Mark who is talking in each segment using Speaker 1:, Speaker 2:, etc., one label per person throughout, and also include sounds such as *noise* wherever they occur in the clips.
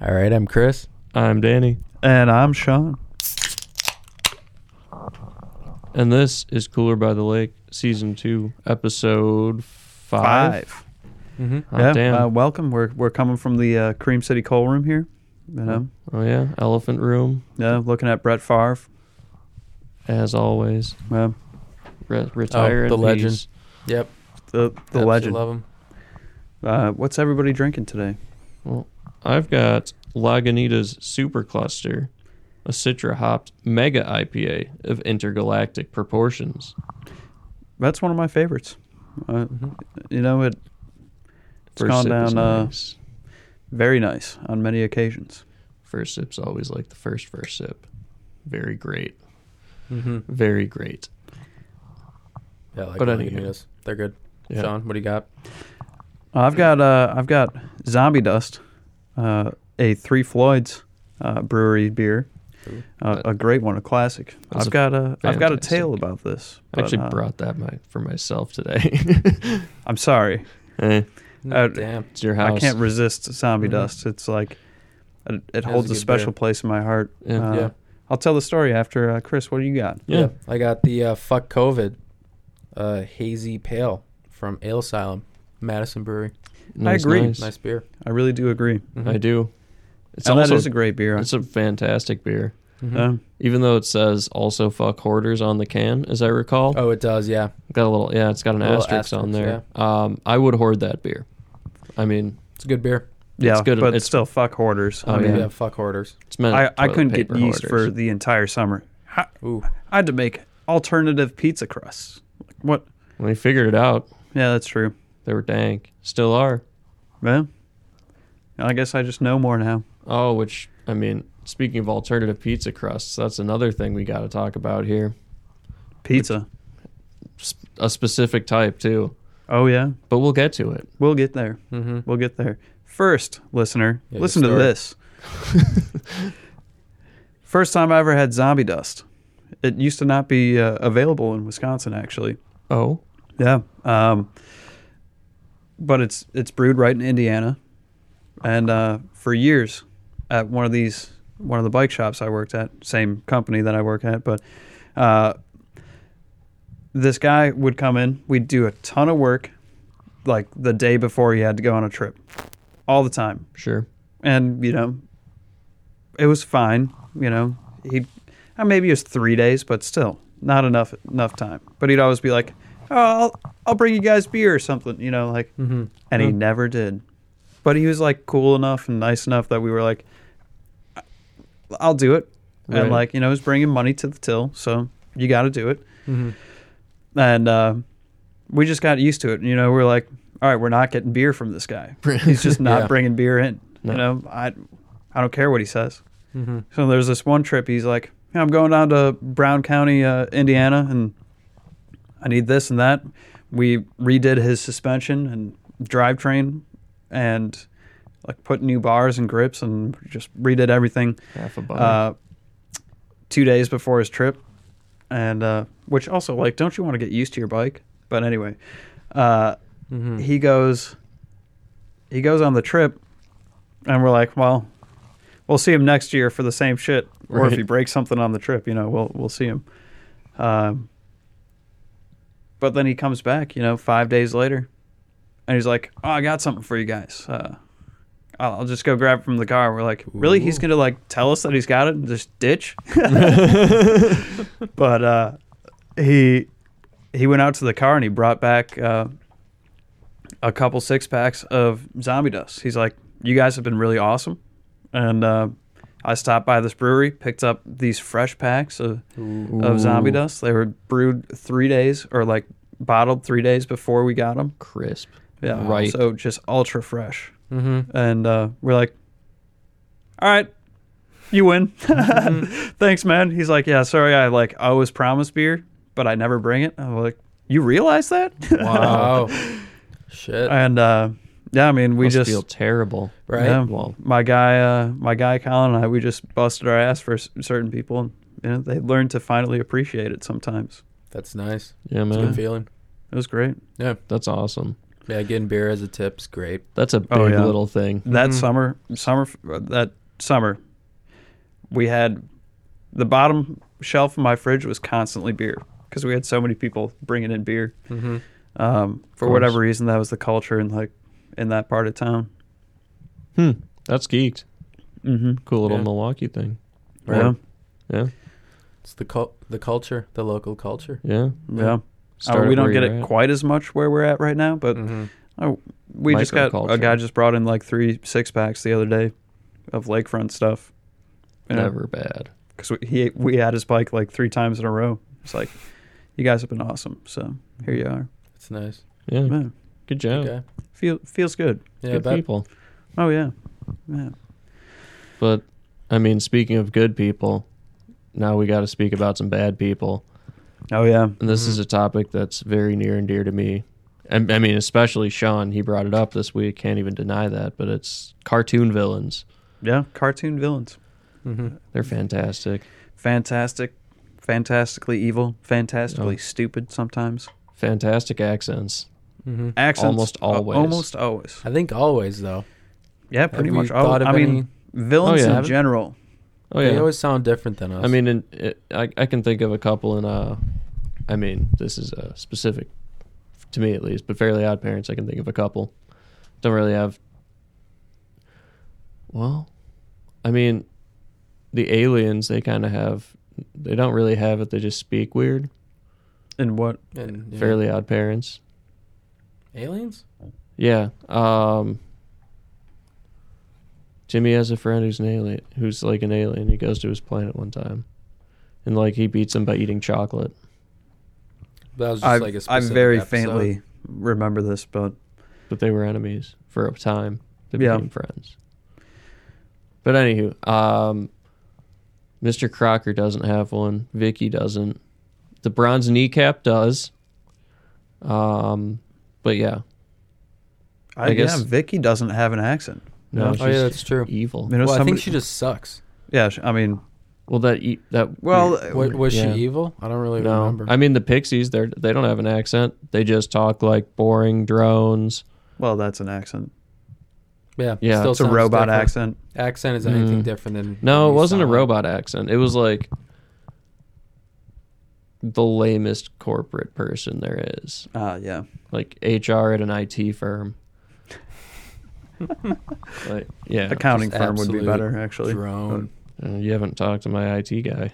Speaker 1: All right, I'm Chris.
Speaker 2: I'm Danny,
Speaker 3: And I'm Sean.
Speaker 2: and this is Cooler by the Lake, Season 2, Episode 5.
Speaker 1: Mm-hmm.
Speaker 2: Oh,
Speaker 3: yeah.
Speaker 2: damn.
Speaker 3: Uh, welcome. We're we're coming from the uh, Cream City Coal Room here. You know,
Speaker 2: oh, yeah. Elephant Room,
Speaker 3: yeah, looking at Brett Favre.
Speaker 2: as always.
Speaker 3: Uh,
Speaker 2: Re- retire
Speaker 1: Oh,
Speaker 2: in
Speaker 1: the
Speaker 2: peace.
Speaker 1: legend. Yep,
Speaker 3: the the
Speaker 1: absolutely
Speaker 3: legend.
Speaker 1: Love him.
Speaker 3: Uh, what's everybody drinking today?
Speaker 2: I've got Lagunitas Supercluster, a Citra hopped mega IPA of intergalactic proportions.
Speaker 3: That's one of my favorites. Uh,
Speaker 1: Mhm.
Speaker 3: you know, it, it's
Speaker 2: First
Speaker 3: gone
Speaker 2: sip
Speaker 3: down
Speaker 2: is
Speaker 3: uh,
Speaker 2: nice.
Speaker 3: very nice on many occasions.
Speaker 2: First sip's always like the first first sip. Very great.
Speaker 1: Mm-hmm.
Speaker 2: Very great.
Speaker 1: Yeah, I like
Speaker 2: But
Speaker 1: but
Speaker 2: anyway.
Speaker 1: they're good.
Speaker 2: Yeah.
Speaker 1: Sean, what do you got?
Speaker 3: I've got uh, I've got Zombie Dust, uh, a Three Floyds uh, brewery beer,
Speaker 1: Ooh.
Speaker 3: uh, a great one, a classic.
Speaker 2: That's
Speaker 3: I've
Speaker 2: a
Speaker 3: got a I've got a
Speaker 2: fantastic-
Speaker 3: tale about this.
Speaker 2: I
Speaker 3: but,
Speaker 2: actually
Speaker 3: uh,
Speaker 2: brought that my, for myself today. *laughs*
Speaker 3: I'm sorry,
Speaker 2: Eh,
Speaker 3: Uh,
Speaker 1: Oh, Damn.
Speaker 2: it's your house. Mm-hmm.
Speaker 3: I can't resist Zombie
Speaker 1: Mhm.
Speaker 3: Dust. It's like it, it
Speaker 1: a
Speaker 3: holds a,
Speaker 1: good
Speaker 3: special
Speaker 1: beer.
Speaker 3: place in my heart.
Speaker 2: Yeah.
Speaker 3: Uh,
Speaker 1: yeah.
Speaker 3: I'll tell the story after uh, Chris. What do you got?
Speaker 2: yeah.
Speaker 1: Yep. I got the uh, fuck COVID, uh, hazy pale from Ale Asylum, Madison Brewery.
Speaker 2: Nice,
Speaker 3: agree.
Speaker 2: Nice.
Speaker 1: Nice beer.
Speaker 3: I really do agree.
Speaker 1: Mhm.
Speaker 2: I do. It's
Speaker 3: and
Speaker 2: also
Speaker 3: that is a great beer.
Speaker 2: it's mm-hmm. a fantastic beer.
Speaker 1: Mhm.
Speaker 3: Um,
Speaker 2: Even though it says also fuck hoarders on the can, as I recall.
Speaker 1: oh, it does. Yeah.
Speaker 2: Got a little yeah, it's got an
Speaker 1: A little
Speaker 2: asterisk, on there.
Speaker 1: asterisk,
Speaker 2: Um I would hoard that beer. I mean
Speaker 1: It's a good beer.
Speaker 3: yeah,
Speaker 2: good.
Speaker 3: but
Speaker 2: It's-
Speaker 3: still fuck hoarders.
Speaker 2: Oh,
Speaker 3: I
Speaker 1: I mean,
Speaker 3: mean,
Speaker 1: yeah, fuck hoarders.
Speaker 2: it's meant
Speaker 3: I, I
Speaker 2: toilet
Speaker 3: couldn't get
Speaker 2: paper
Speaker 3: yeast for
Speaker 2: hoarders.
Speaker 3: the entire summer. I,
Speaker 1: Ooh.
Speaker 3: I had to make alternative pizza crusts. Like, What?
Speaker 2: when we figured it out,
Speaker 3: Yeah, that's true.
Speaker 2: they were dank. Still are.
Speaker 3: Well, I guess I just know more now.
Speaker 2: Oh, which I mean, speaking of alternative pizza crusts, that's another thing we gotta talk about here.
Speaker 3: Pizza.
Speaker 2: Sp- A specific type too.
Speaker 3: Oh yeah,
Speaker 2: But we'll get to it.
Speaker 3: we'll get there.
Speaker 1: Mm-hmm.
Speaker 3: We'll get there. First, listener,
Speaker 1: Yeah,
Speaker 3: listen to
Speaker 1: good story. *laughs*
Speaker 3: this. First time I ever had zombie dust. It used to not be uh, available in Wisconsin, actually.
Speaker 2: Oh.
Speaker 3: Yeah. Um, but it's it's brewed right in Indiana, and uh, for years, at one of these one of the bike shops I worked at, same company that I work at, but uh, this guy would come in. We'd do a ton of work, like the day before he had to go on a trip, all the time
Speaker 2: Sure.
Speaker 3: and you know it was fine you know he uh, maybe it was three days but still not enough enough time but he'd always be like oh i'll, I'll bring you guys beer or something you know like
Speaker 1: Mm-hmm.
Speaker 3: and he
Speaker 2: Hmm.
Speaker 3: never did but he was like cool enough and nice enough that we were like i'll do it
Speaker 2: Right.
Speaker 3: and like you know he's bringing money to the till so you got to do it
Speaker 1: Mm-hmm.
Speaker 3: and uh, we just got used to it. You know, we are like, all right, we're not getting beer from this
Speaker 1: *laughs*
Speaker 3: guy. He's just not
Speaker 1: Yeah.
Speaker 3: bringing beer in.
Speaker 2: No.
Speaker 3: You know, I, I don't care what he says.
Speaker 1: Mm-hmm.
Speaker 3: So there's this one trip. He's like, "Yeah, I'm going down to Brown County, uh, Indiana, and I need this and that. We redid his suspension and drivetrain, and like put new bars and grips, and just redid everything
Speaker 2: Half a bottle.
Speaker 3: uh, two days before his trip, and uh, which also like, don't you want to get used to your bike? But anyway, uh,
Speaker 1: Mm-hmm.
Speaker 3: he goes, he goes on the trip, and we're like, well, we'll see him next year for the same shit, or if
Speaker 2: Right.
Speaker 3: he breaks something on the trip, you know, we'll we'll see him. Um, but then he comes back, you know, five days later, and he's like, oh, I got something for you guys. Uh, I'll I'll just go grab it from the car. We're like, really? He's
Speaker 1: Ooh.
Speaker 3: gonna like tell us that he's got it and just ditch? *laughs* but uh, he he went out to the car and he brought back uh, a couple six packs of zombie dust. He's like, "You guys have been really awesome," and uh, I stopped by this brewery, picked up these fresh packs of, of zombie
Speaker 2: Ooh,
Speaker 3: dust. They were brewed three days or like bottled three days before we got them.
Speaker 2: Crisp.
Speaker 3: Yeah,
Speaker 2: Right.
Speaker 3: So just ultra fresh,
Speaker 1: Mm-hmm.
Speaker 3: and uh, we're like, "All right." You win. *laughs*
Speaker 2: Mm-hmm.
Speaker 3: Thanks, man. He's like, yeah, sorry, I like always promise beer, but I never bring it. I'm like, you realize
Speaker 2: *laughs*
Speaker 3: that?
Speaker 1: Wow. Shit.
Speaker 3: and uh, yeah, I mean, we
Speaker 2: Must
Speaker 3: just
Speaker 2: feel terrible.
Speaker 1: right.
Speaker 3: Yeah.
Speaker 2: Well,
Speaker 3: my guy, uh, my guy Colin and I, we just busted our ass for s- certain people, and you know, they learn to finally appreciate it. Sometimes
Speaker 1: That's nice.
Speaker 2: yeah,
Speaker 1: It's a good
Speaker 2: man.
Speaker 1: feeling.
Speaker 3: it was great.
Speaker 2: That's awesome.
Speaker 1: Yeah, getting beer as a tip's great.
Speaker 2: That's a big
Speaker 3: Oh, yeah.
Speaker 2: little thing.
Speaker 3: That
Speaker 1: Mhm.
Speaker 3: summer, summer uh, that summer, we had the bottom shelf of my fridge was constantly beer because we had so many people bringing in beer.
Speaker 1: Mm-hmm.
Speaker 3: Um, for
Speaker 2: course.
Speaker 3: whatever reason, that was the culture in like in that part of town.
Speaker 2: Hmm. That's geeked.
Speaker 3: Mm-hmm.
Speaker 2: Cool little
Speaker 1: Yeah.
Speaker 2: Milwaukee thing.
Speaker 3: Yeah,
Speaker 2: Yeah.
Speaker 1: It's the cul- the culture, the local culture.
Speaker 2: Yeah.
Speaker 3: yeah. Uh,
Speaker 2: Start
Speaker 3: we
Speaker 2: it
Speaker 3: Oh, don't
Speaker 2: where
Speaker 3: get
Speaker 2: you're
Speaker 3: it
Speaker 2: at. Mm.
Speaker 3: quite as much where we're at right now, but
Speaker 1: Mm-hmm.
Speaker 3: we just got a
Speaker 2: Microculture.
Speaker 3: guy just brought in like three six packs the other day of lakefront stuff.
Speaker 2: Never bad.
Speaker 3: because we, he we had his bike like three times in a row. It's like you guys have been awesome. So here you are.
Speaker 1: It's nice.
Speaker 2: Yeah.
Speaker 3: Man,
Speaker 2: Good job.
Speaker 1: Okay.
Speaker 3: feel feels good.
Speaker 1: Yeah,
Speaker 2: good
Speaker 1: about
Speaker 2: people.
Speaker 3: Oh yeah, yeah.
Speaker 2: But I mean, speaking of good people, now we got to speak about some bad people.
Speaker 3: Oh yeah.
Speaker 2: And this is a topic that's very near and dear to me. I, I mean, especially Sean. He brought it up this week. Can't even deny that. But it's cartoon villains.
Speaker 3: Yeah. Cartoon villains.
Speaker 1: Mhm.
Speaker 2: They're fantastic.
Speaker 3: Fantastic. Fantastically evil. Fantastically
Speaker 2: Oh.
Speaker 3: stupid sometimes.
Speaker 2: Fantastic accents.
Speaker 1: Mhm.
Speaker 3: Accents.
Speaker 2: Almost
Speaker 3: uh,
Speaker 2: always.
Speaker 3: almost always.
Speaker 1: I think always though.
Speaker 3: Yeah, pretty
Speaker 1: Have we
Speaker 3: much always.
Speaker 1: thought of
Speaker 3: I mean,
Speaker 1: any-
Speaker 3: villains
Speaker 2: Oh, yeah.
Speaker 3: in general.
Speaker 2: Oh
Speaker 1: They
Speaker 2: yeah.
Speaker 1: always sound different than us.
Speaker 2: I mean, in, it, I I can think of a couple in uh, I mean, this is a specific to me at least, but Fairly Odd Parents. I can think of a couple. Don't really have. Well, I mean, the aliens they kind of have. They don't really have it. They just speak weird.
Speaker 3: In what?
Speaker 1: And, yeah.
Speaker 2: Fairly Odd Parents.
Speaker 1: aliens.
Speaker 2: Yeah. Um. Jimmy has a friend who's an alien, who's like an alien. He goes to his planet one time, and like he beats him by eating chocolate.
Speaker 1: That was just
Speaker 3: I
Speaker 1: like a
Speaker 3: I
Speaker 1: specific
Speaker 3: very
Speaker 1: episode.
Speaker 3: faintly remember this, but
Speaker 2: but they were enemies for a time. They
Speaker 3: Yeah.
Speaker 2: became friends. But anywho, um, Mr. Crocker doesn't have one. Vicky doesn't. The bronze kneecap does. Um, but yeah,
Speaker 3: I,
Speaker 2: I guess-
Speaker 3: yeah, Vicky doesn't have an accent.
Speaker 2: no,
Speaker 3: Yeah.
Speaker 2: she's
Speaker 1: Oh yeah, that's true.
Speaker 2: evil.
Speaker 3: You know,
Speaker 1: well, I think
Speaker 3: somebody-
Speaker 1: she just sucks.
Speaker 3: Yeah, sh- I mean,
Speaker 2: Well, that e- that
Speaker 3: well,
Speaker 1: What, was
Speaker 2: Yeah.
Speaker 1: she evil? I don't really
Speaker 2: no.
Speaker 1: remember.
Speaker 2: I mean, the Pixies they they don't have an accent. They just talk like boring drones.
Speaker 3: well, that's an accent.
Speaker 1: yeah,
Speaker 2: yeah,
Speaker 1: still
Speaker 3: It's a
Speaker 1: sounds
Speaker 3: robot
Speaker 1: different.
Speaker 3: accent.
Speaker 1: Accent is anything
Speaker 2: Mm.
Speaker 1: different than
Speaker 2: No, it
Speaker 1: we
Speaker 2: wasn't a
Speaker 1: sound.
Speaker 2: robot accent. It was like the lamest corporate person there is.
Speaker 3: Ah, yeah.
Speaker 2: like HR at an IT
Speaker 1: *laughs*
Speaker 2: firm. like, yeah,
Speaker 3: Accounting
Speaker 1: just
Speaker 3: firm would be
Speaker 1: absolute
Speaker 3: better, actually.
Speaker 1: Drone.
Speaker 2: uh, you haven't talked to my IT guy.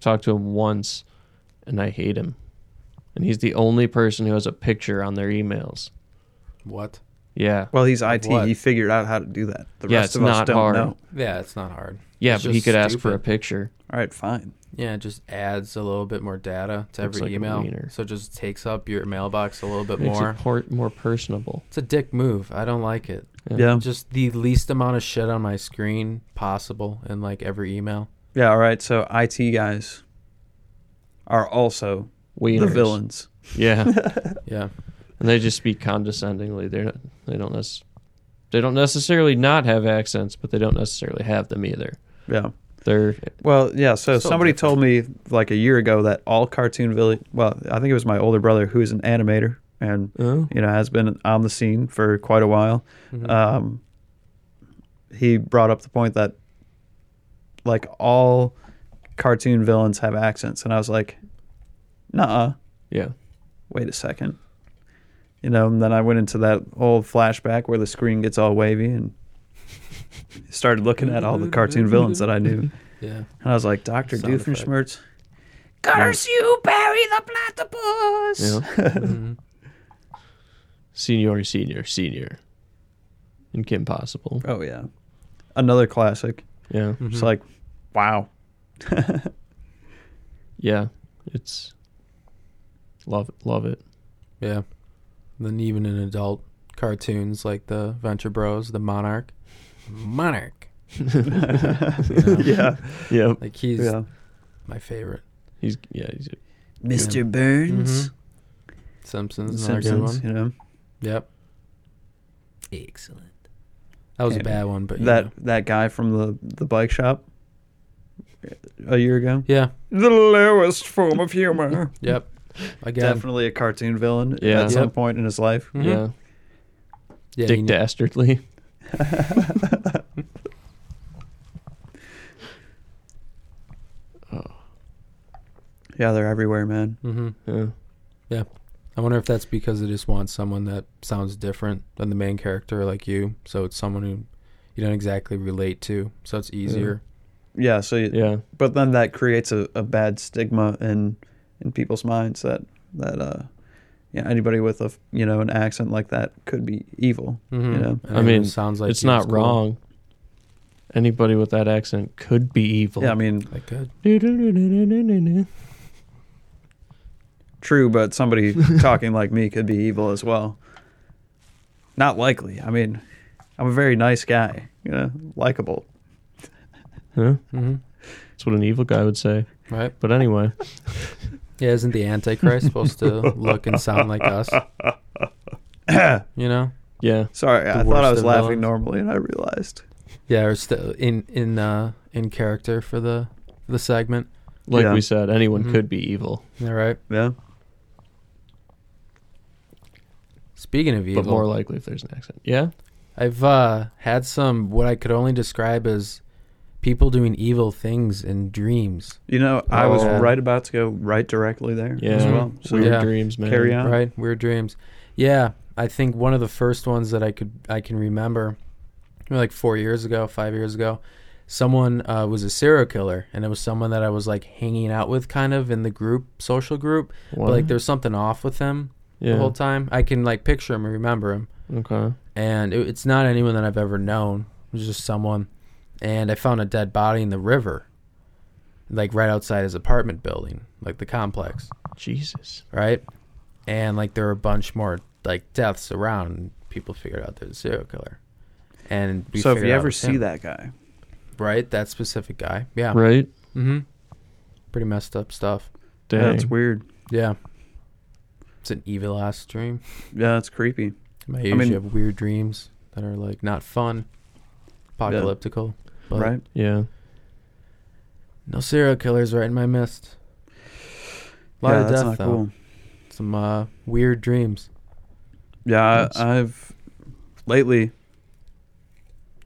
Speaker 2: Talked to him once, and I hate him. And he's the only person who has a picture on their emails.
Speaker 1: What?
Speaker 2: Yeah,
Speaker 3: Well, he's IT.
Speaker 1: what?
Speaker 3: He figured out how to do that. The
Speaker 2: Yeah,
Speaker 3: rest
Speaker 2: it's
Speaker 3: of us
Speaker 2: not
Speaker 3: don't
Speaker 2: hard.
Speaker 3: know.
Speaker 1: Yeah, it's not hard.
Speaker 2: yeah,
Speaker 1: It's
Speaker 2: but he
Speaker 1: just
Speaker 2: could ask for a
Speaker 1: stupid.
Speaker 2: picture.
Speaker 3: All right, fine.
Speaker 1: Yeah, it just adds a little bit more data to
Speaker 2: Looks
Speaker 1: every
Speaker 2: like a
Speaker 1: email,
Speaker 2: wiener.
Speaker 1: so it just takes up your mailbox a little bit
Speaker 2: Makes
Speaker 1: more.
Speaker 2: it por- more personable.
Speaker 1: It's a dick move. I don't like it.
Speaker 2: Yeah.
Speaker 3: Yeah.
Speaker 1: Just the least amount of shit on my screen possible in like every email.
Speaker 3: Yeah, all right. So IT guys are also
Speaker 2: Wieners.
Speaker 3: the villains.
Speaker 1: *laughs*
Speaker 2: Yeah,
Speaker 1: Yeah,
Speaker 2: and they just speak condescendingly. They're not, they don't nec- they don't necessarily not have accents, but they don't necessarily have them either.
Speaker 3: Yeah.
Speaker 2: They're
Speaker 3: Well, yeah. So
Speaker 1: So
Speaker 3: somebody told me like a year ago that all cartoon villain. Well, I think it was my older brother who is an animator and
Speaker 2: oh,
Speaker 3: you know has been on the scene for quite a while.
Speaker 2: Mm-hmm.
Speaker 3: Um, he brought up the point that like all cartoon villains have accents, and I was like, "Nah,
Speaker 2: yeah.
Speaker 3: wait a second. You know, and then I went into that old flashback where the screen gets all wavy and *laughs* started looking at all the cartoon villains that I knew.
Speaker 1: yeah.
Speaker 3: And I was like, Dr.
Speaker 1: Sound effect.
Speaker 3: Doofenshmirtz, curse you, Barry
Speaker 1: *laughs*
Speaker 3: the platypus.
Speaker 2: Yeah. Mm-hmm. Senior, senior, senior. And Kim Possible.
Speaker 3: Oh, yeah. Another classic.
Speaker 2: Yeah. Mm.
Speaker 3: It's like, wow.
Speaker 2: Yeah. It's love it. Love it.
Speaker 1: Yeah. Then even in adult cartoons like the Venture Bros, the Monarch. Monarch.
Speaker 3: *laughs* yeah.
Speaker 2: Yep.
Speaker 1: Like he's
Speaker 3: Yeah.
Speaker 1: my favorite.
Speaker 2: He's yeah, he's
Speaker 3: Mr. Burns.
Speaker 1: Simpsons, another
Speaker 3: Simpsons,
Speaker 1: good one.
Speaker 3: you know.
Speaker 1: Yep. Excellent. That was a
Speaker 3: Yeah.
Speaker 1: bad one, but you
Speaker 3: That
Speaker 1: know.
Speaker 3: that guy from the, the bike shop a year ago.
Speaker 1: Yeah.
Speaker 3: The lowest form of humor.
Speaker 1: Yep. Again.
Speaker 3: Definitely a cartoon villain
Speaker 2: Yeah.
Speaker 3: at some
Speaker 1: Yep.
Speaker 3: point in his life.
Speaker 1: Mhm.
Speaker 2: yeah.
Speaker 1: Yeah,
Speaker 2: Dick
Speaker 1: you know-
Speaker 2: Dastardly. *laughs*
Speaker 1: Mm-hmm.
Speaker 3: Yeah, they're everywhere, man.
Speaker 1: hmm
Speaker 2: Yeah.
Speaker 1: I wonder if that's because they just want someone that sounds different than the main character, like you. So it's someone who you don't exactly relate to. So it's easier. Mm-hmm.
Speaker 3: Yeah. So, you,
Speaker 2: Yeah.
Speaker 3: but then that creates a, a bad stigma in in people's minds that that uh, yeah, anybody with a f- you know an accent like that could be evil.
Speaker 1: Mm-hmm.
Speaker 3: Yeah.
Speaker 1: And
Speaker 2: I
Speaker 1: it
Speaker 2: mean,
Speaker 1: sounds like
Speaker 2: it's
Speaker 1: you,
Speaker 2: not
Speaker 1: cool.
Speaker 2: wrong. Anybody with that accent could be evil.
Speaker 3: Yeah, I mean,
Speaker 1: Like good.
Speaker 2: mean,
Speaker 3: true, but
Speaker 1: *laughs*
Speaker 3: somebody talking like me could be evil as well. Not likely. I mean, I'm a very nice guy. You know, likable.
Speaker 2: *laughs* huh?
Speaker 1: Mm-hmm.
Speaker 2: that's what an evil guy would say.
Speaker 1: Right?
Speaker 2: But anyway,
Speaker 1: Yeah. Isn't the Antichrist supposed to *laughs* look and sound like
Speaker 2: *laughs*
Speaker 1: us? you know?
Speaker 2: yeah,
Speaker 3: Sorry, I thought
Speaker 1: worst
Speaker 3: I was
Speaker 1: of
Speaker 3: laughing
Speaker 1: villains.
Speaker 3: normally, and I realized.
Speaker 1: Yeah. Or still in in uh, in character for the for the segment.
Speaker 2: like
Speaker 3: Yeah.
Speaker 2: we said, anyone
Speaker 1: Mhm.
Speaker 2: could be evil,
Speaker 1: All right.
Speaker 3: Yeah.
Speaker 1: Speaking of evil,
Speaker 2: but more likely if there's an accent. Yeah,
Speaker 1: I've uh, had some what I could only describe as people doing evil things in dreams.
Speaker 3: You know, I was
Speaker 1: Oh.
Speaker 3: right about to go right directly there as
Speaker 2: Yeah.
Speaker 3: well. So
Speaker 2: weird
Speaker 1: Yeah. Mm-hmm.
Speaker 2: dreams, man.
Speaker 3: carry on.
Speaker 1: right weird dreams yeah i think one of the first ones that i could i can remember you know, like four years ago five years ago someone uh, was a serial killer and it was someone that i was like hanging out with kind of in the group social group
Speaker 2: What?
Speaker 1: but like there's something off with him
Speaker 2: yeah.
Speaker 1: the whole time i can like picture him and remember him
Speaker 2: okay.
Speaker 1: and it, it's not anyone that i've ever known it was just someone and i found a dead body in the river like right outside his apartment building like the complex
Speaker 2: Jesus.
Speaker 1: right? And like there were a bunch more like deaths around. And people figured out there's a serial killer. And we
Speaker 3: so if
Speaker 1: figured
Speaker 3: you
Speaker 1: out it
Speaker 3: ever
Speaker 1: was
Speaker 3: see
Speaker 1: him,
Speaker 3: that guy,
Speaker 1: right, that specific guy, yeah,
Speaker 2: Right.
Speaker 1: mm-hmm, pretty messed up stuff.
Speaker 2: Dang.
Speaker 3: that's weird.
Speaker 1: Yeah, it's an evil ass dream.
Speaker 3: Yeah, that's creepy.
Speaker 1: I usually
Speaker 3: mean-
Speaker 1: have weird dreams that are like not fun, apocalyptical. But
Speaker 3: right?
Speaker 2: Yeah.
Speaker 1: No serial killers right in my midst. A lot
Speaker 3: yeah,
Speaker 1: of
Speaker 3: that's
Speaker 1: death
Speaker 3: not
Speaker 1: though.
Speaker 3: cool.
Speaker 1: Some uh, weird dreams.
Speaker 3: Yeah,
Speaker 2: That's-
Speaker 3: I, I've lately.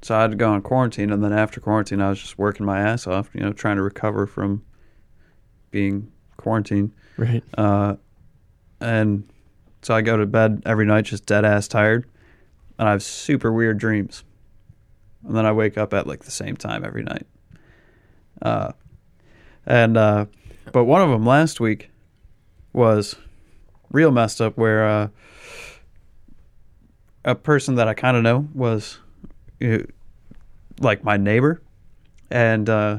Speaker 3: So I had to go on quarantine, and then after quarantine, I was just working my ass off, you know, trying to recover from being quarantined.
Speaker 2: Right.
Speaker 3: Uh, and so I go to bed every night just dead ass tired, and I have super weird dreams. And then I wake up at like the same time every night. Uh, and uh, but one of them last week was real messed up, where uh, a person that I kind of know was uh, like my neighbor, and uh,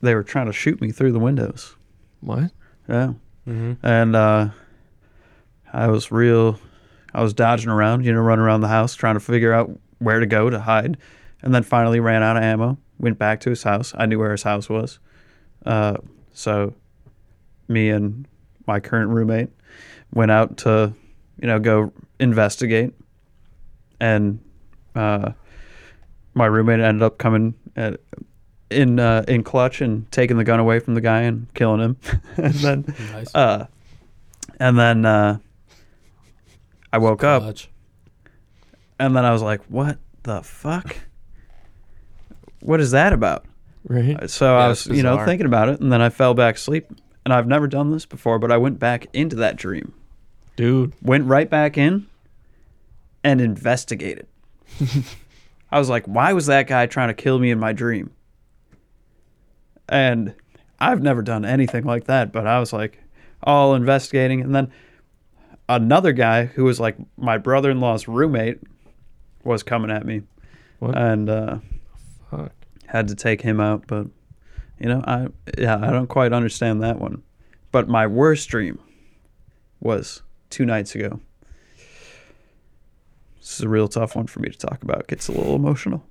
Speaker 3: they were trying to shoot me through the windows.
Speaker 2: What?
Speaker 3: Yeah
Speaker 1: Mm-hmm.
Speaker 3: and uh, I was real. I was dodging around, you know, running around the house trying to figure out where to go to hide, and then finally ran out of ammo. Went back to his house. I knew where his house was, uh, so me and my current roommate went out to, you know, go investigate, and uh, my roommate ended up coming at, in uh, in clutch and taking the gun away from the guy and killing him, *laughs* and then
Speaker 1: Nice.
Speaker 3: uh, and then uh, I woke up,
Speaker 1: Clutch.
Speaker 3: and then I was like, "What the fuck? What is that about?"
Speaker 2: Right.
Speaker 3: So
Speaker 1: Yeah,
Speaker 3: I
Speaker 1: it's
Speaker 3: was, you know,
Speaker 1: bizarre.
Speaker 3: thinking about it, and then I fell back asleep. And I've never done this before, but I went back into that dream,
Speaker 2: Dude.
Speaker 3: went right back in, and investigated. I was like, "Why was that guy trying to kill me in my dream?" And I've never done anything like that, but I was like all investigating. And then another guy who was like my brother in law's roommate was coming at me
Speaker 2: What?
Speaker 3: and uh,
Speaker 2: Fuck.
Speaker 3: had to take him out. But, you know, I, yeah, I don't quite understand that one. But my worst dream was two nights ago. This is a real tough one for me to talk about. It gets a little emotional.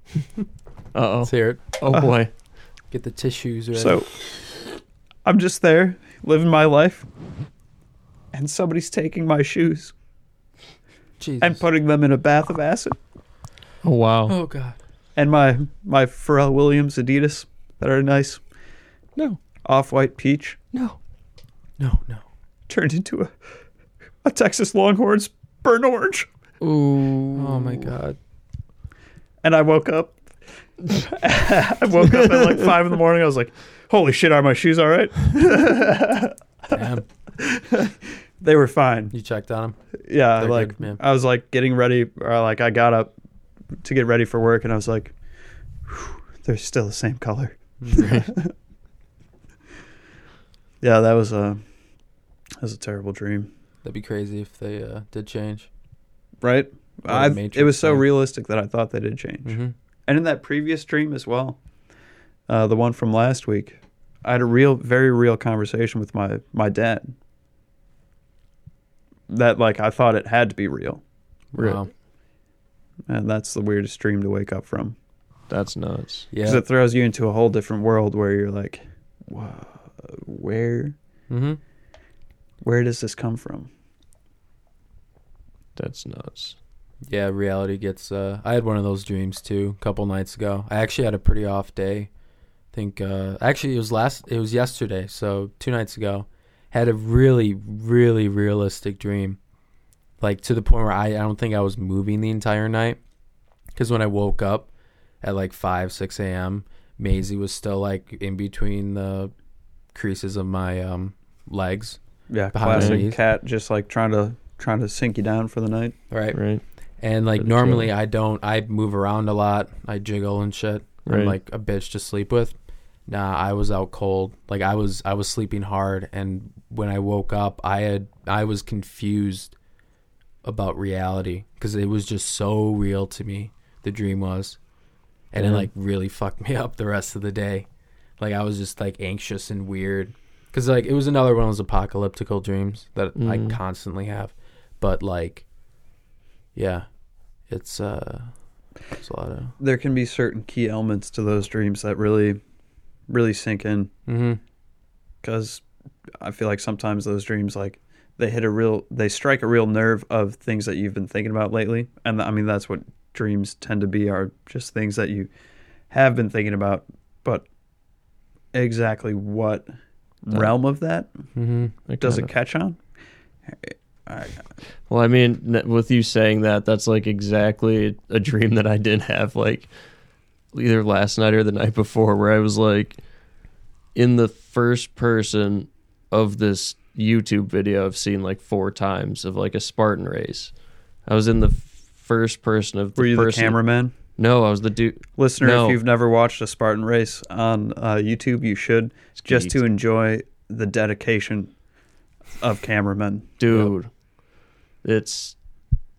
Speaker 2: Uh
Speaker 1: Let's hear it.
Speaker 2: oh. Oh
Speaker 3: *laughs*
Speaker 2: boy.
Speaker 1: Get the tissues ready.
Speaker 3: So I'm just there living my life, and somebody's taking my shoes
Speaker 1: Jesus.
Speaker 3: and putting them in a bath of acid.
Speaker 2: Oh wow.
Speaker 1: Oh God.
Speaker 3: And my my Pharrell Williams Adidas that are nice
Speaker 2: No.
Speaker 3: off white peach
Speaker 2: No.
Speaker 1: No, no.
Speaker 3: turned into a a Texas Longhorns burnt orange.
Speaker 2: Ooh.
Speaker 1: Oh my god.
Speaker 3: And I woke up. *laughs* I woke
Speaker 1: *laughs*
Speaker 3: up at like five in the morning. I was like, "Holy shit! Are my shoes all right?"
Speaker 1: Damn.
Speaker 3: They were fine.
Speaker 1: You checked on him.
Speaker 3: Yeah,
Speaker 1: They're
Speaker 3: like
Speaker 1: good, man.
Speaker 3: I was like getting ready, or like I got up to get ready for work, and I was like, "Whew, "They're still the same color." *laughs* Yeah, that was a that was a terrible dream,
Speaker 1: That'd be crazy if they uh, did change.
Speaker 3: right?
Speaker 1: What a
Speaker 3: I
Speaker 1: Matrix
Speaker 3: it was so
Speaker 1: thing.
Speaker 3: realistic that I thought they did change.
Speaker 1: Mm-hmm.
Speaker 3: And in that previous dream as well, uh, the one from last week, I had a real, very real conversation with my my dad. That like I thought it had to be real, Right.
Speaker 1: Wow.
Speaker 3: and that's the weirdest dream to wake up from.
Speaker 2: That's nuts.
Speaker 1: Yeah.
Speaker 3: because it throws you into a whole different world where you're like, Whoa, where
Speaker 1: mm-hmm.
Speaker 3: where does this come from?
Speaker 2: That's nuts.
Speaker 1: Yeah, reality gets. Uh, I had one of those dreams too, a couple nights ago. I actually had a pretty off day. I think uh, actually it was last. It was yesterday, so two nights ago. Had a really, really realistic dream, like to the point where I, I don't think I was moving the entire night, because when I woke up at like five, six a.m., Maisie was still like in between the creases of my um, legs.
Speaker 3: Yeah,
Speaker 1: Behind
Speaker 2: the
Speaker 3: classic
Speaker 1: knees.
Speaker 3: cat, just like trying to trying to sink you down for the night.
Speaker 1: Right.
Speaker 2: Right.
Speaker 1: And like
Speaker 2: That's
Speaker 1: normally I don't I move around a lot. I jiggle and shit.
Speaker 2: Right.
Speaker 1: I'm like a bitch to sleep with. Nah, I was out cold. Like I was I was sleeping hard and when I woke up I had I was confused about reality cuz it was just so real to me. The dream was. And it
Speaker 2: Yeah.
Speaker 1: like really fucked me *laughs* up the rest of the day. Like I was just like anxious and weird cuz like it was another one of those apocalyptical dreams that
Speaker 2: Mm.
Speaker 1: I constantly have. But like yeah. It's uh it's a lot of
Speaker 3: There can be certain key elements to those dreams that really really sink in
Speaker 2: Mm-hmm.
Speaker 1: Mhm.
Speaker 3: because I feel like sometimes those dreams like they hit a real they strike a real nerve of things that you've been thinking about lately and I mean that's what dreams tend to be are just things that you have been thinking about but exactly what
Speaker 2: That-
Speaker 3: realm of that
Speaker 1: Mhm.
Speaker 2: That
Speaker 3: does
Speaker 2: kinda-
Speaker 3: it catch on I,
Speaker 2: Well, I mean, n- with you saying that, that's like exactly a dream that I did have, like either last night or the night before, where I was like in the first person of this YouTube video I've seen like four times of like a Spartan race. I was in the f- first person of the
Speaker 3: were you the
Speaker 2: person.
Speaker 3: cameraman
Speaker 2: No, I was the dude.
Speaker 3: listener
Speaker 2: No.
Speaker 3: if you've never watched a Spartan race on uh, YouTube you should just to enjoy the dedication of cameramen
Speaker 2: dude. It's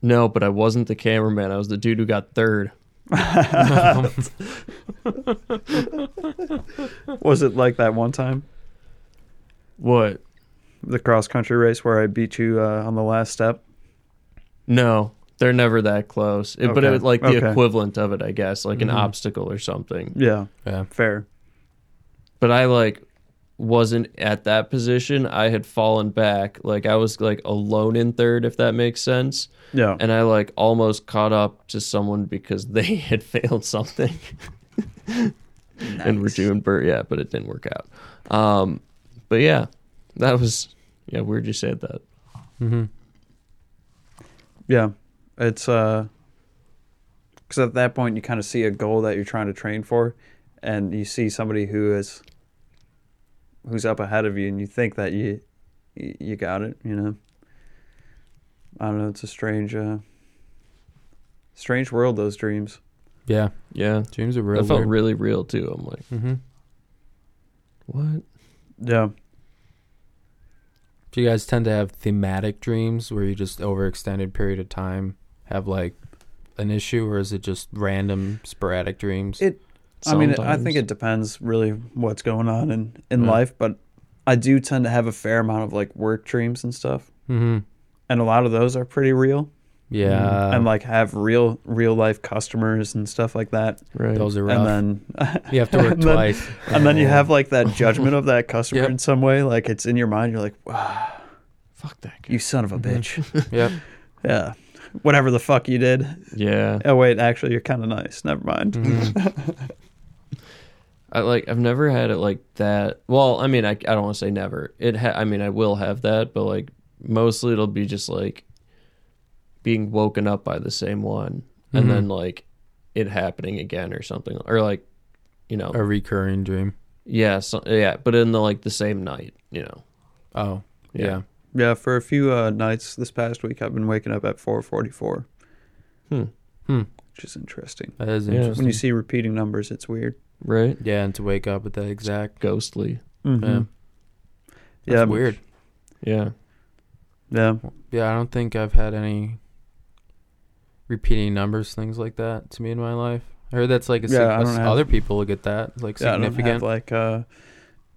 Speaker 2: no, but I wasn't the cameraman. I was the dude who got third.
Speaker 3: was it like that one time
Speaker 2: What?
Speaker 3: the cross country race where I beat you uh, on the last step.
Speaker 2: No, they're never that close. It- But
Speaker 3: Okay,
Speaker 2: it, like the
Speaker 3: okay.
Speaker 2: equivalent of it, I guess, like
Speaker 1: Mhm.
Speaker 2: an obstacle or something.
Speaker 3: Yeah,
Speaker 1: Yeah.
Speaker 3: fair.
Speaker 2: But I like wasn't at that position. I had fallen back. Like I was like alone in third, if that makes sense.
Speaker 3: Yeah,
Speaker 2: And I like almost caught up to someone because *laughs* they had failed something. *laughs* and we're doing Bert, yeah, but it didn't work out. Um, but yeah, that was yeah. Weird you said that.
Speaker 1: Mhm.
Speaker 3: yeah. It's uh, because at that point you kind of see a goal that you're trying to train for, and you see somebody who is who's up ahead of you, and you think that you you you got it. You know, I don't know. It's a strange, uh, strange world. Those dreams.
Speaker 1: Yeah.
Speaker 2: Yeah,
Speaker 1: Dreams are
Speaker 2: that
Speaker 1: real.
Speaker 2: felt really real too. I'm like,
Speaker 1: mm-hmm.
Speaker 2: what?
Speaker 3: Yeah.
Speaker 1: Do you guys tend to have thematic dreams where you just over extended period of time have like an issue, or is it just random sporadic dreams?
Speaker 3: It- I mean, I
Speaker 2: Sometimes.
Speaker 3: think it depends really what's going on in in
Speaker 1: Yeah.
Speaker 3: life, but I do tend to have a fair amount of like work dreams and stuff,
Speaker 1: mm-hmm.
Speaker 3: and a lot of those are pretty real
Speaker 1: Yeah.
Speaker 3: and like have real real life customers and stuff like that.
Speaker 2: right.
Speaker 1: those are rough.
Speaker 3: And then *laughs*
Speaker 1: you have to *laughs* work
Speaker 3: and then-
Speaker 1: twice.
Speaker 3: and then you have like that judgment
Speaker 1: *laughs*
Speaker 3: of that customer
Speaker 1: Yep.
Speaker 3: in some way, like it's in your mind. You're like, wow,
Speaker 2: Fuck that guy.
Speaker 3: you son of a
Speaker 1: Mm-hmm.
Speaker 3: bitch.
Speaker 1: yep.
Speaker 3: yeah, whatever the fuck you did.
Speaker 2: Yeah.
Speaker 3: Oh wait, actually, you're kind of nice. Never mind.
Speaker 1: Mhm.
Speaker 2: I like I've never had it like that. Well, I mean, I I don't want to say never. It ha- I mean, I will have that, but like mostly it'll be just like being woken up by the same one and then like it happening again or something or like you know
Speaker 1: A recurring dream.
Speaker 2: yeah so, yeah but in the like the same night you know
Speaker 1: Oh, yeah.
Speaker 2: Yeah.
Speaker 3: Yeah, for a few uh, nights this past week, I've been waking up at 4:44.
Speaker 2: Hmm.
Speaker 1: Hmm.
Speaker 3: Which is interesting.
Speaker 1: That is
Speaker 2: Yeah.
Speaker 1: interesting.
Speaker 3: When you see repeating numbers, it's weird.
Speaker 2: right
Speaker 1: Yeah, and to wake up at that exact.
Speaker 2: ghostly
Speaker 1: Yeah. That's
Speaker 3: Mm-hmm. Yeah,
Speaker 1: weird.
Speaker 2: yeah
Speaker 3: Yeah,
Speaker 1: Yeah, I don't think I've had any repeating numbers, things like that, to me in my life. I heard that's like a sig-
Speaker 3: Yeah, I don't
Speaker 1: s-
Speaker 3: have-
Speaker 1: other people look at that like
Speaker 3: yeah I don't have
Speaker 1: significant.
Speaker 3: like uh,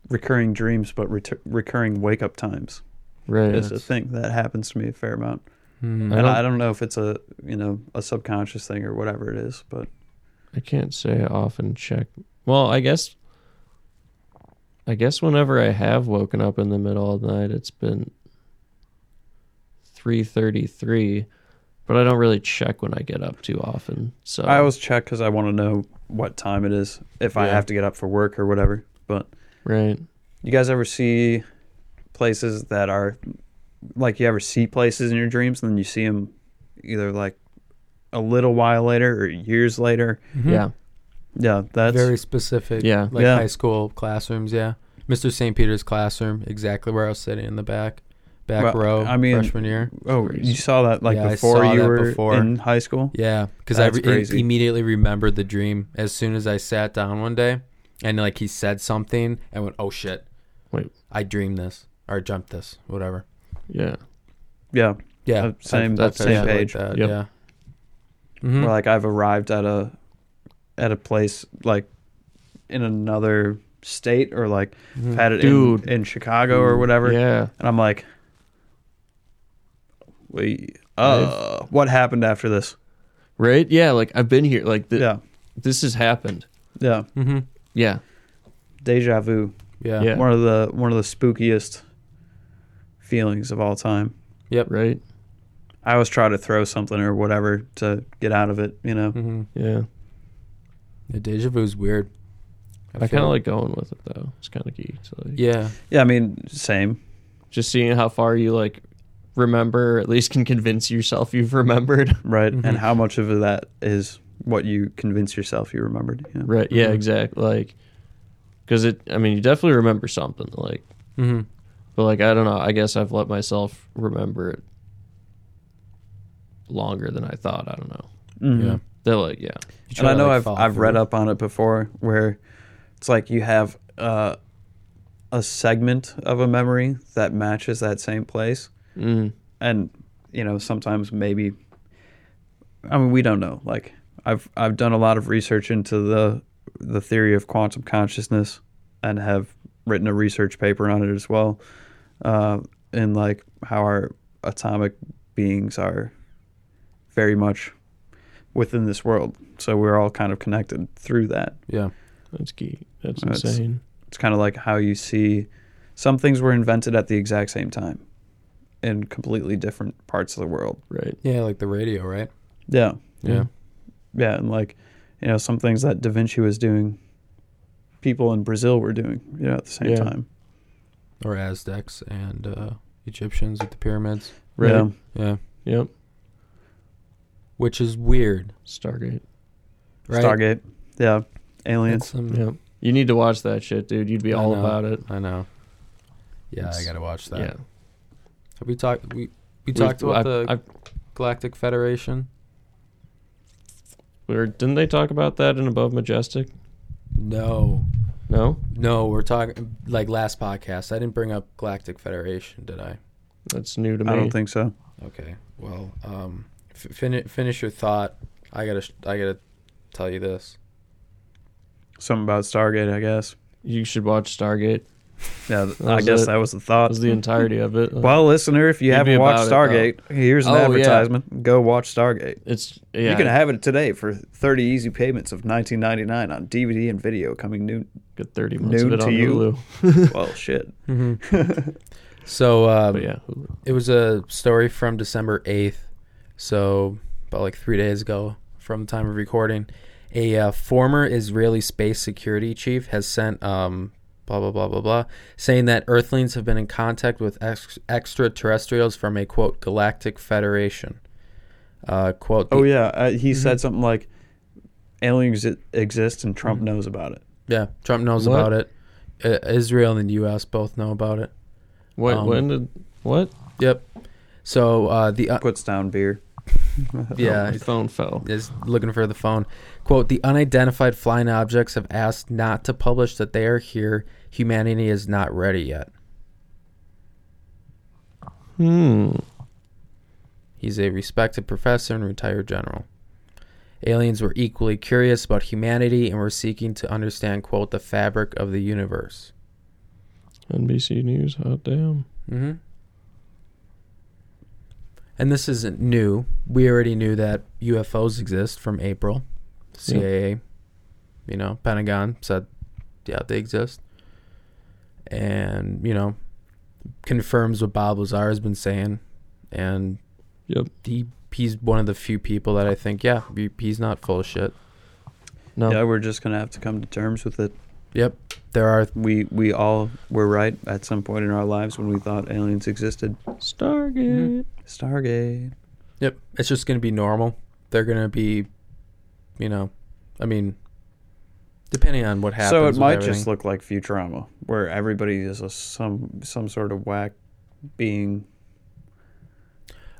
Speaker 3: recurring dreams, but ret- recurring wake up times
Speaker 2: right
Speaker 3: is a thing that happens to me a fair amount.
Speaker 1: Hmm.
Speaker 2: I don't-
Speaker 3: and I don't know if it's a you know a subconscious thing or whatever it is, but
Speaker 2: I can't say I often check. Well, I guess I guess whenever I have woken up in the middle of the night, it's been 3:33, but I don't really check when I get up too often. So
Speaker 3: I always check because I want to know what time it is if I
Speaker 1: Yeah.
Speaker 3: have to get up for work or whatever. But
Speaker 2: right.
Speaker 3: You guys ever see places that are like you ever see places in your dreams and then you see them either like a little while later or years later?
Speaker 1: Mhm.
Speaker 2: Yeah.
Speaker 3: Yeah, that's
Speaker 1: very specific.
Speaker 2: Yeah.
Speaker 1: like
Speaker 3: Yeah.
Speaker 1: high school classrooms. Yeah, Mr. St. Peter's classroom, exactly where I was sitting in the back, back
Speaker 3: Well,
Speaker 1: row.
Speaker 3: I mean-
Speaker 1: freshman year.
Speaker 3: oh, you saw that like
Speaker 1: Yeah, I
Speaker 3: before
Speaker 1: saw
Speaker 3: you
Speaker 1: that
Speaker 3: were
Speaker 1: before.
Speaker 3: in high school.
Speaker 1: Yeah, because I
Speaker 3: That's
Speaker 1: re-
Speaker 3: crazy.
Speaker 1: immediately remembered the dream as soon as I sat down one day, and like he said something, and went, "Oh shit,
Speaker 2: Wait.
Speaker 1: I dreamed this or dreamt this, whatever."
Speaker 2: Yeah.
Speaker 3: Yeah,
Speaker 1: Yeah,
Speaker 3: uh, same
Speaker 2: that's-
Speaker 3: same
Speaker 2: yeah,
Speaker 1: like
Speaker 3: page.
Speaker 1: that,
Speaker 2: Yep.
Speaker 1: Yeah. Mhm.
Speaker 2: Mm-hmm.
Speaker 3: Where like I've arrived at a at a place like in another state or like
Speaker 1: Mhm.
Speaker 3: had it
Speaker 2: Mm-hmm. Dude. Mm-hmm.
Speaker 3: in, in Chicago or whatever.
Speaker 2: Yeah.
Speaker 3: And I'm like, wait, uh, what happened after this?
Speaker 2: Right? Yeah, like I've been here like th-
Speaker 3: yeah,
Speaker 2: this has happened.
Speaker 3: yeah,
Speaker 1: Mhm.
Speaker 2: Yeah.
Speaker 3: deja vu.
Speaker 1: Yeah.
Speaker 2: Yeah.
Speaker 3: One of the one of the spookiest feelings of all time.
Speaker 2: Right?
Speaker 3: I always try to throw something or whatever to get out of it. You know,
Speaker 2: Mm-hmm.
Speaker 1: Mhm.
Speaker 2: Yeah.
Speaker 1: Yeah, deja vu's weird.
Speaker 2: I, kind
Speaker 1: feel-
Speaker 2: of like going with it though. It's kind of geeked. Like,
Speaker 1: Yeah.
Speaker 3: yeah. I mean, same.
Speaker 2: Just seeing how far you like remember, or at least can convince yourself you've remembered.
Speaker 3: Right,
Speaker 2: Mm-hmm.
Speaker 1: Mhm.
Speaker 3: and how much of that is what you convince yourself you remembered? You know?
Speaker 2: Right. Yeah.
Speaker 1: Mhm.
Speaker 2: Exactly. Like, because it. I mean, you definitely remember something. Like,
Speaker 1: Mhm.
Speaker 2: but like I don't know. I guess I've let myself remember it longer than I thought. I don't know.
Speaker 3: Mhm.
Speaker 1: Yeah.
Speaker 2: They're like, yeah,
Speaker 1: You try
Speaker 3: and I
Speaker 1: to,
Speaker 3: know
Speaker 1: like,
Speaker 3: I've
Speaker 1: follow
Speaker 3: I've read
Speaker 1: through.
Speaker 3: up on it before, where it's like you have uh, a segment of a memory that matches that same place, Mm-hmm.
Speaker 2: mm,
Speaker 3: and you know sometimes maybe. I mean, we don't know. Like I've I've done a lot of research into the the theory of quantum consciousness, and have written a research paper on it as well, uh, in like how our atomic beings are very much within this world. So we're all kind of connected through that.
Speaker 1: Yeah.
Speaker 2: that's geek. That's
Speaker 3: That's-
Speaker 2: insane.
Speaker 3: It's kind of like how you see some things were invented at the exact same time in completely different parts of the world.
Speaker 2: Right.
Speaker 1: Yeah, like the radio, right?
Speaker 3: Yeah.
Speaker 1: Yeah.
Speaker 3: Yeah. And like, you know, some things that Da Vinci was doing, people in Brazil were doing, you know, at the same
Speaker 2: Yeah.
Speaker 3: time.
Speaker 1: Or Aztecs and uh, Egyptians with the pyramids.
Speaker 2: Right.
Speaker 3: Yeah.
Speaker 1: Yeah.
Speaker 2: Yep.
Speaker 1: Which is weird,
Speaker 2: Stargate.
Speaker 1: right?
Speaker 3: Stargate. Yeah.
Speaker 1: It's,
Speaker 3: Aliens.
Speaker 1: um,
Speaker 2: Yep. You need to watch that shit, dude. You'd be
Speaker 1: I
Speaker 2: all
Speaker 1: know.
Speaker 2: about it.
Speaker 1: I know. Yeah, I
Speaker 2: It's-
Speaker 1: gotta watch that.
Speaker 2: Yeah.
Speaker 1: Have we talked? We we
Speaker 2: We've-
Speaker 1: talked about
Speaker 2: I-
Speaker 1: the
Speaker 2: I-
Speaker 1: Galactic Federation.
Speaker 2: we were, didn't they talk about that in Above Majestic?
Speaker 1: No,
Speaker 2: No,
Speaker 1: no, we're talking like last podcast. I didn't bring up Galactic Federation, did I?
Speaker 2: that's new to me.
Speaker 3: I don't think so.
Speaker 1: Okay. Well, um, f- finish finish your thought. I gotta sh- I gotta tell you this.
Speaker 3: Something about Stargate, I guess.
Speaker 2: you should watch Stargate.
Speaker 3: Yeah. th-
Speaker 2: That
Speaker 3: I
Speaker 2: was
Speaker 3: guess
Speaker 2: it.
Speaker 3: that was the
Speaker 2: That
Speaker 3: thought. *laughs*
Speaker 2: was the entirety of it.
Speaker 3: well, listener, if you
Speaker 2: You'd be
Speaker 3: haven't watched
Speaker 2: about it,
Speaker 3: Stargate, here's an
Speaker 2: Oh, yeah.
Speaker 3: advertisement. Go watch Stargate.
Speaker 2: it's yeah.
Speaker 3: You can have it today for 30 easy payments of 19.99 on DVD and video
Speaker 2: *laughs*
Speaker 3: coming new.
Speaker 2: Get 30 minutes
Speaker 3: Noon
Speaker 2: of it
Speaker 3: to
Speaker 2: on
Speaker 3: you.
Speaker 2: Hulu.
Speaker 3: well, shit.
Speaker 1: So um,
Speaker 2: But yeah, Hulu.
Speaker 1: it was a story from December eighth, so about like three days ago from the time of recording. A uh, former Israeli space security chief has sent um, blah blah blah blah blah, saying that Earthlings have been in contact with ex- extraterrestrials from a quote galactic federation. uh, quote.
Speaker 3: Oh
Speaker 1: the-
Speaker 3: yeah, uh, he
Speaker 2: Mm-hmm.
Speaker 3: said something like, "Aliens e- exist and
Speaker 2: Mm-hmm.
Speaker 3: Trump knows about it."
Speaker 1: yeah, Trump knows
Speaker 2: What?
Speaker 1: about it. Uh, Israel and the U.S. both know about it.
Speaker 2: What?
Speaker 1: Um,
Speaker 2: when did? What?
Speaker 1: Yep. So uh, the uh,
Speaker 3: Puts down beer.
Speaker 1: yeah,
Speaker 3: Uh,
Speaker 2: Oh, my phone fell.
Speaker 1: is looking for the phone. Quote, the unidentified flying objects have asked not to publish that they are here. Humanity is not ready yet.
Speaker 2: Hmm.
Speaker 1: He's a respected professor and retired general. Aliens were equally curious about humanity and were seeking to understand, quote, the fabric of the universe.
Speaker 2: NBC News. Hot damn.
Speaker 1: Mm-hmm. And this isn't new. We already knew that UFOs exist from April. CIA, you know, Pentagon said, yeah, they exist. And, you know, confirms what Bob Lazar has been saying. And
Speaker 2: Yep.
Speaker 1: he, he's one of the few people that I think, yeah, he- he's not full of shit. Oh.
Speaker 2: No.
Speaker 3: Yeah, we're just gonna have to come to terms with it.
Speaker 1: Yep. There are
Speaker 3: We we all were right at some point in our lives when we thought aliens existed.
Speaker 2: Stargate.
Speaker 3: Stargate.
Speaker 1: Yep. It's just going to be normal. They're going to be, you know, I mean, depending on what happens.
Speaker 3: so it
Speaker 1: with
Speaker 3: might
Speaker 1: everything.
Speaker 3: just look like Futurama, where everybody is a, some some sort of whack being,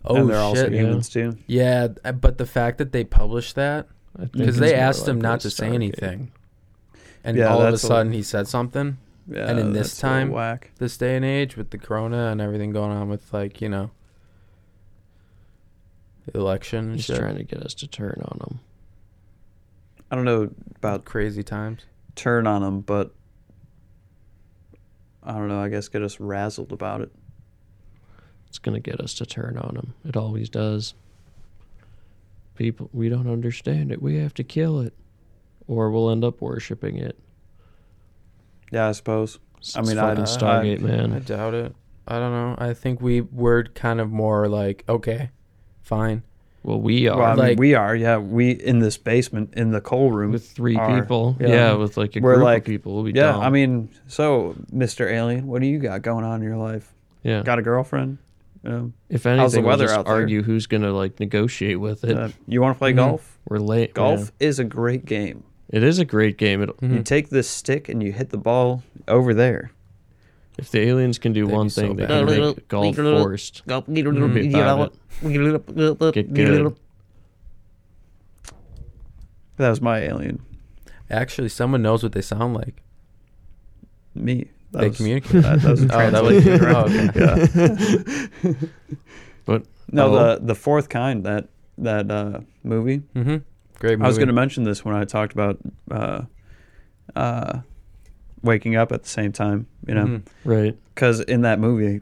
Speaker 1: Oh,
Speaker 3: and they're also
Speaker 1: shit.
Speaker 2: yeah.
Speaker 3: humans too.
Speaker 1: yeah. uh, But the fact that they published that,
Speaker 2: I think
Speaker 1: because
Speaker 2: it's
Speaker 1: they
Speaker 2: more
Speaker 1: asked him
Speaker 2: likely
Speaker 1: not to say
Speaker 2: Stargate.
Speaker 1: anything. And
Speaker 3: Yeah,
Speaker 1: all of a
Speaker 3: that's a-
Speaker 1: sudden he said something
Speaker 3: Yeah,
Speaker 1: And in this
Speaker 3: that's a little
Speaker 1: time-
Speaker 3: whack.
Speaker 1: this day and age with the corona and everything going on with, like, you know, the election and
Speaker 2: He's
Speaker 1: shit.
Speaker 2: trying to get us to turn on him.
Speaker 3: I don't know about
Speaker 1: Crazy times.
Speaker 3: turn on them, but I don't know. I guess get us razzled about it.
Speaker 2: It's gonna get us to turn on him. It always does. People, we don't understand it. We have to kill it, or we'll end up worshiping it.
Speaker 3: Yeah, I suppose.
Speaker 2: It's
Speaker 3: I mean, I-
Speaker 2: fucking
Speaker 3: I-
Speaker 2: Stargate, man.
Speaker 1: I doubt it. I don't know. I think we were kind of more like, okay, fine.
Speaker 2: well, we are
Speaker 3: well, I mean,
Speaker 1: like-
Speaker 3: we are. Yeah, we in this basement in the coal room.
Speaker 2: with three
Speaker 3: are.
Speaker 2: people. Yeah.
Speaker 3: Yeah.
Speaker 2: with like a
Speaker 3: We're
Speaker 2: group
Speaker 3: like-
Speaker 2: of people. We
Speaker 3: yeah,
Speaker 2: don't.
Speaker 3: I mean, so Mr. Alien, what do you got going on in your life?
Speaker 2: yeah.
Speaker 3: Got a girlfriend? Um,
Speaker 2: If anything, we'll
Speaker 3: weather
Speaker 2: just
Speaker 3: out there?
Speaker 2: argue who's gonna like negotiate with it.
Speaker 3: uh, you want to play
Speaker 1: Mhm.
Speaker 3: golf?
Speaker 2: We're late.
Speaker 3: Golf Mm-hmm. is a great game.
Speaker 2: It is a great game. It,
Speaker 1: Mhm.
Speaker 3: You take this stick and you hit the ball over there.
Speaker 2: If the aliens can do
Speaker 1: They'd
Speaker 2: one
Speaker 1: be so
Speaker 2: thing, they
Speaker 1: bad.
Speaker 2: can make golf forced. Be about it. Get *laughs* good.
Speaker 3: That was my alien.
Speaker 1: Actually, someone knows what they sound like.
Speaker 3: Me. That
Speaker 1: They
Speaker 3: was-
Speaker 1: communicate.
Speaker 3: That, that was a
Speaker 1: *laughs* Oh, that
Speaker 3: translation,
Speaker 1: was-
Speaker 3: right?
Speaker 1: oh, okay.
Speaker 3: *laughs* Yeah. *laughs*
Speaker 2: But
Speaker 3: No,
Speaker 2: Oh.
Speaker 3: the the fourth kind that that uh, movie.
Speaker 1: Mm-hmm. Great movie.
Speaker 3: I was going to mention this when I talked about uh, uh, waking up at the same time. You know,
Speaker 1: Mhm.
Speaker 2: right,
Speaker 3: because in that movie,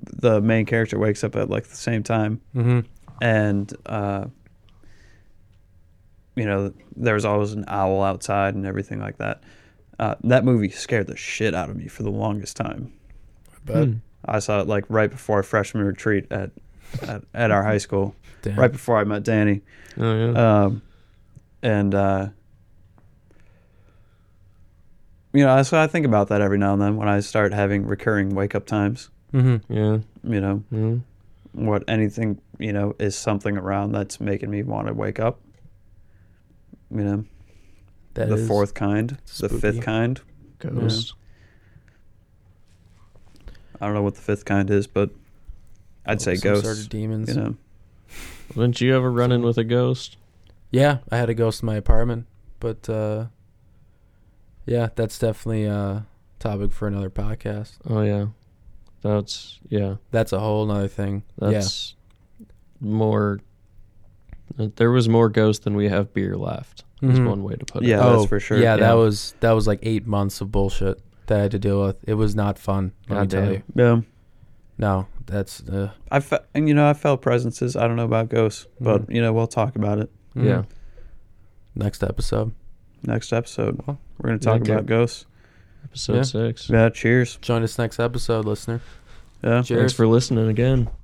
Speaker 3: the main character wakes up at like the same time,
Speaker 1: Mhm.
Speaker 3: and uh, you know, there's always an owl outside and everything like that. Uh, that movie scared the shit out of me for the longest time.
Speaker 1: But
Speaker 2: Hmm.
Speaker 3: I saw it like right before freshman retreat at at, at our high school,
Speaker 1: damn.
Speaker 3: right before I met Danny.
Speaker 2: oh yeah,
Speaker 3: Um, and uh, you know, so I think about that every now and then when I start having recurring wake up times.
Speaker 1: Mhm.
Speaker 2: yeah,
Speaker 3: You know,
Speaker 2: yeah.
Speaker 3: what anything you know is something around that's making me want to wake up. You know,
Speaker 1: That
Speaker 3: the
Speaker 1: is-
Speaker 3: fourth kind, the
Speaker 1: spooky.
Speaker 3: fifth kind.
Speaker 2: Ghosts.
Speaker 3: I don't know what the fifth kind is, but I'd say
Speaker 1: Oh, some sort of
Speaker 3: ghosts.
Speaker 1: demons.
Speaker 3: You know,
Speaker 2: Didn't you ever run in with a ghost?
Speaker 1: Yeah, I had a ghost in my apartment, but uh, yeah, that's definitely a topic for another podcast.
Speaker 2: Oh yeah, that's yeah.
Speaker 1: That's a whole nother thing.
Speaker 2: That's more. uh, There was more ghost than we have beer left.
Speaker 1: yeah,
Speaker 2: Is
Speaker 1: Mhm.
Speaker 2: one way to put it.
Speaker 3: Mm-hmm. Yeah,
Speaker 1: oh,
Speaker 3: that's for sure.
Speaker 1: Yeah,
Speaker 2: Yeah.
Speaker 1: that was that was like eight months of bullshit that I had to deal with. It was not fun. Let me
Speaker 2: God
Speaker 1: tell
Speaker 2: damn.
Speaker 1: you.
Speaker 3: yeah.
Speaker 1: No, that's uh,
Speaker 3: I fe- and you know I felt presences. I don't know about ghosts, but you know we'll talk about it
Speaker 1: mm.
Speaker 2: Yeah.
Speaker 1: Next episode,
Speaker 3: next episode.
Speaker 1: Well,
Speaker 3: We're gonna talk
Speaker 2: okay.
Speaker 3: about ghosts.
Speaker 2: Episode
Speaker 1: Yeah.
Speaker 2: six.
Speaker 3: Yeah, cheers.
Speaker 1: join us next episode, listener.
Speaker 3: Yeah.
Speaker 1: Cheers.
Speaker 2: Thanks for listening again.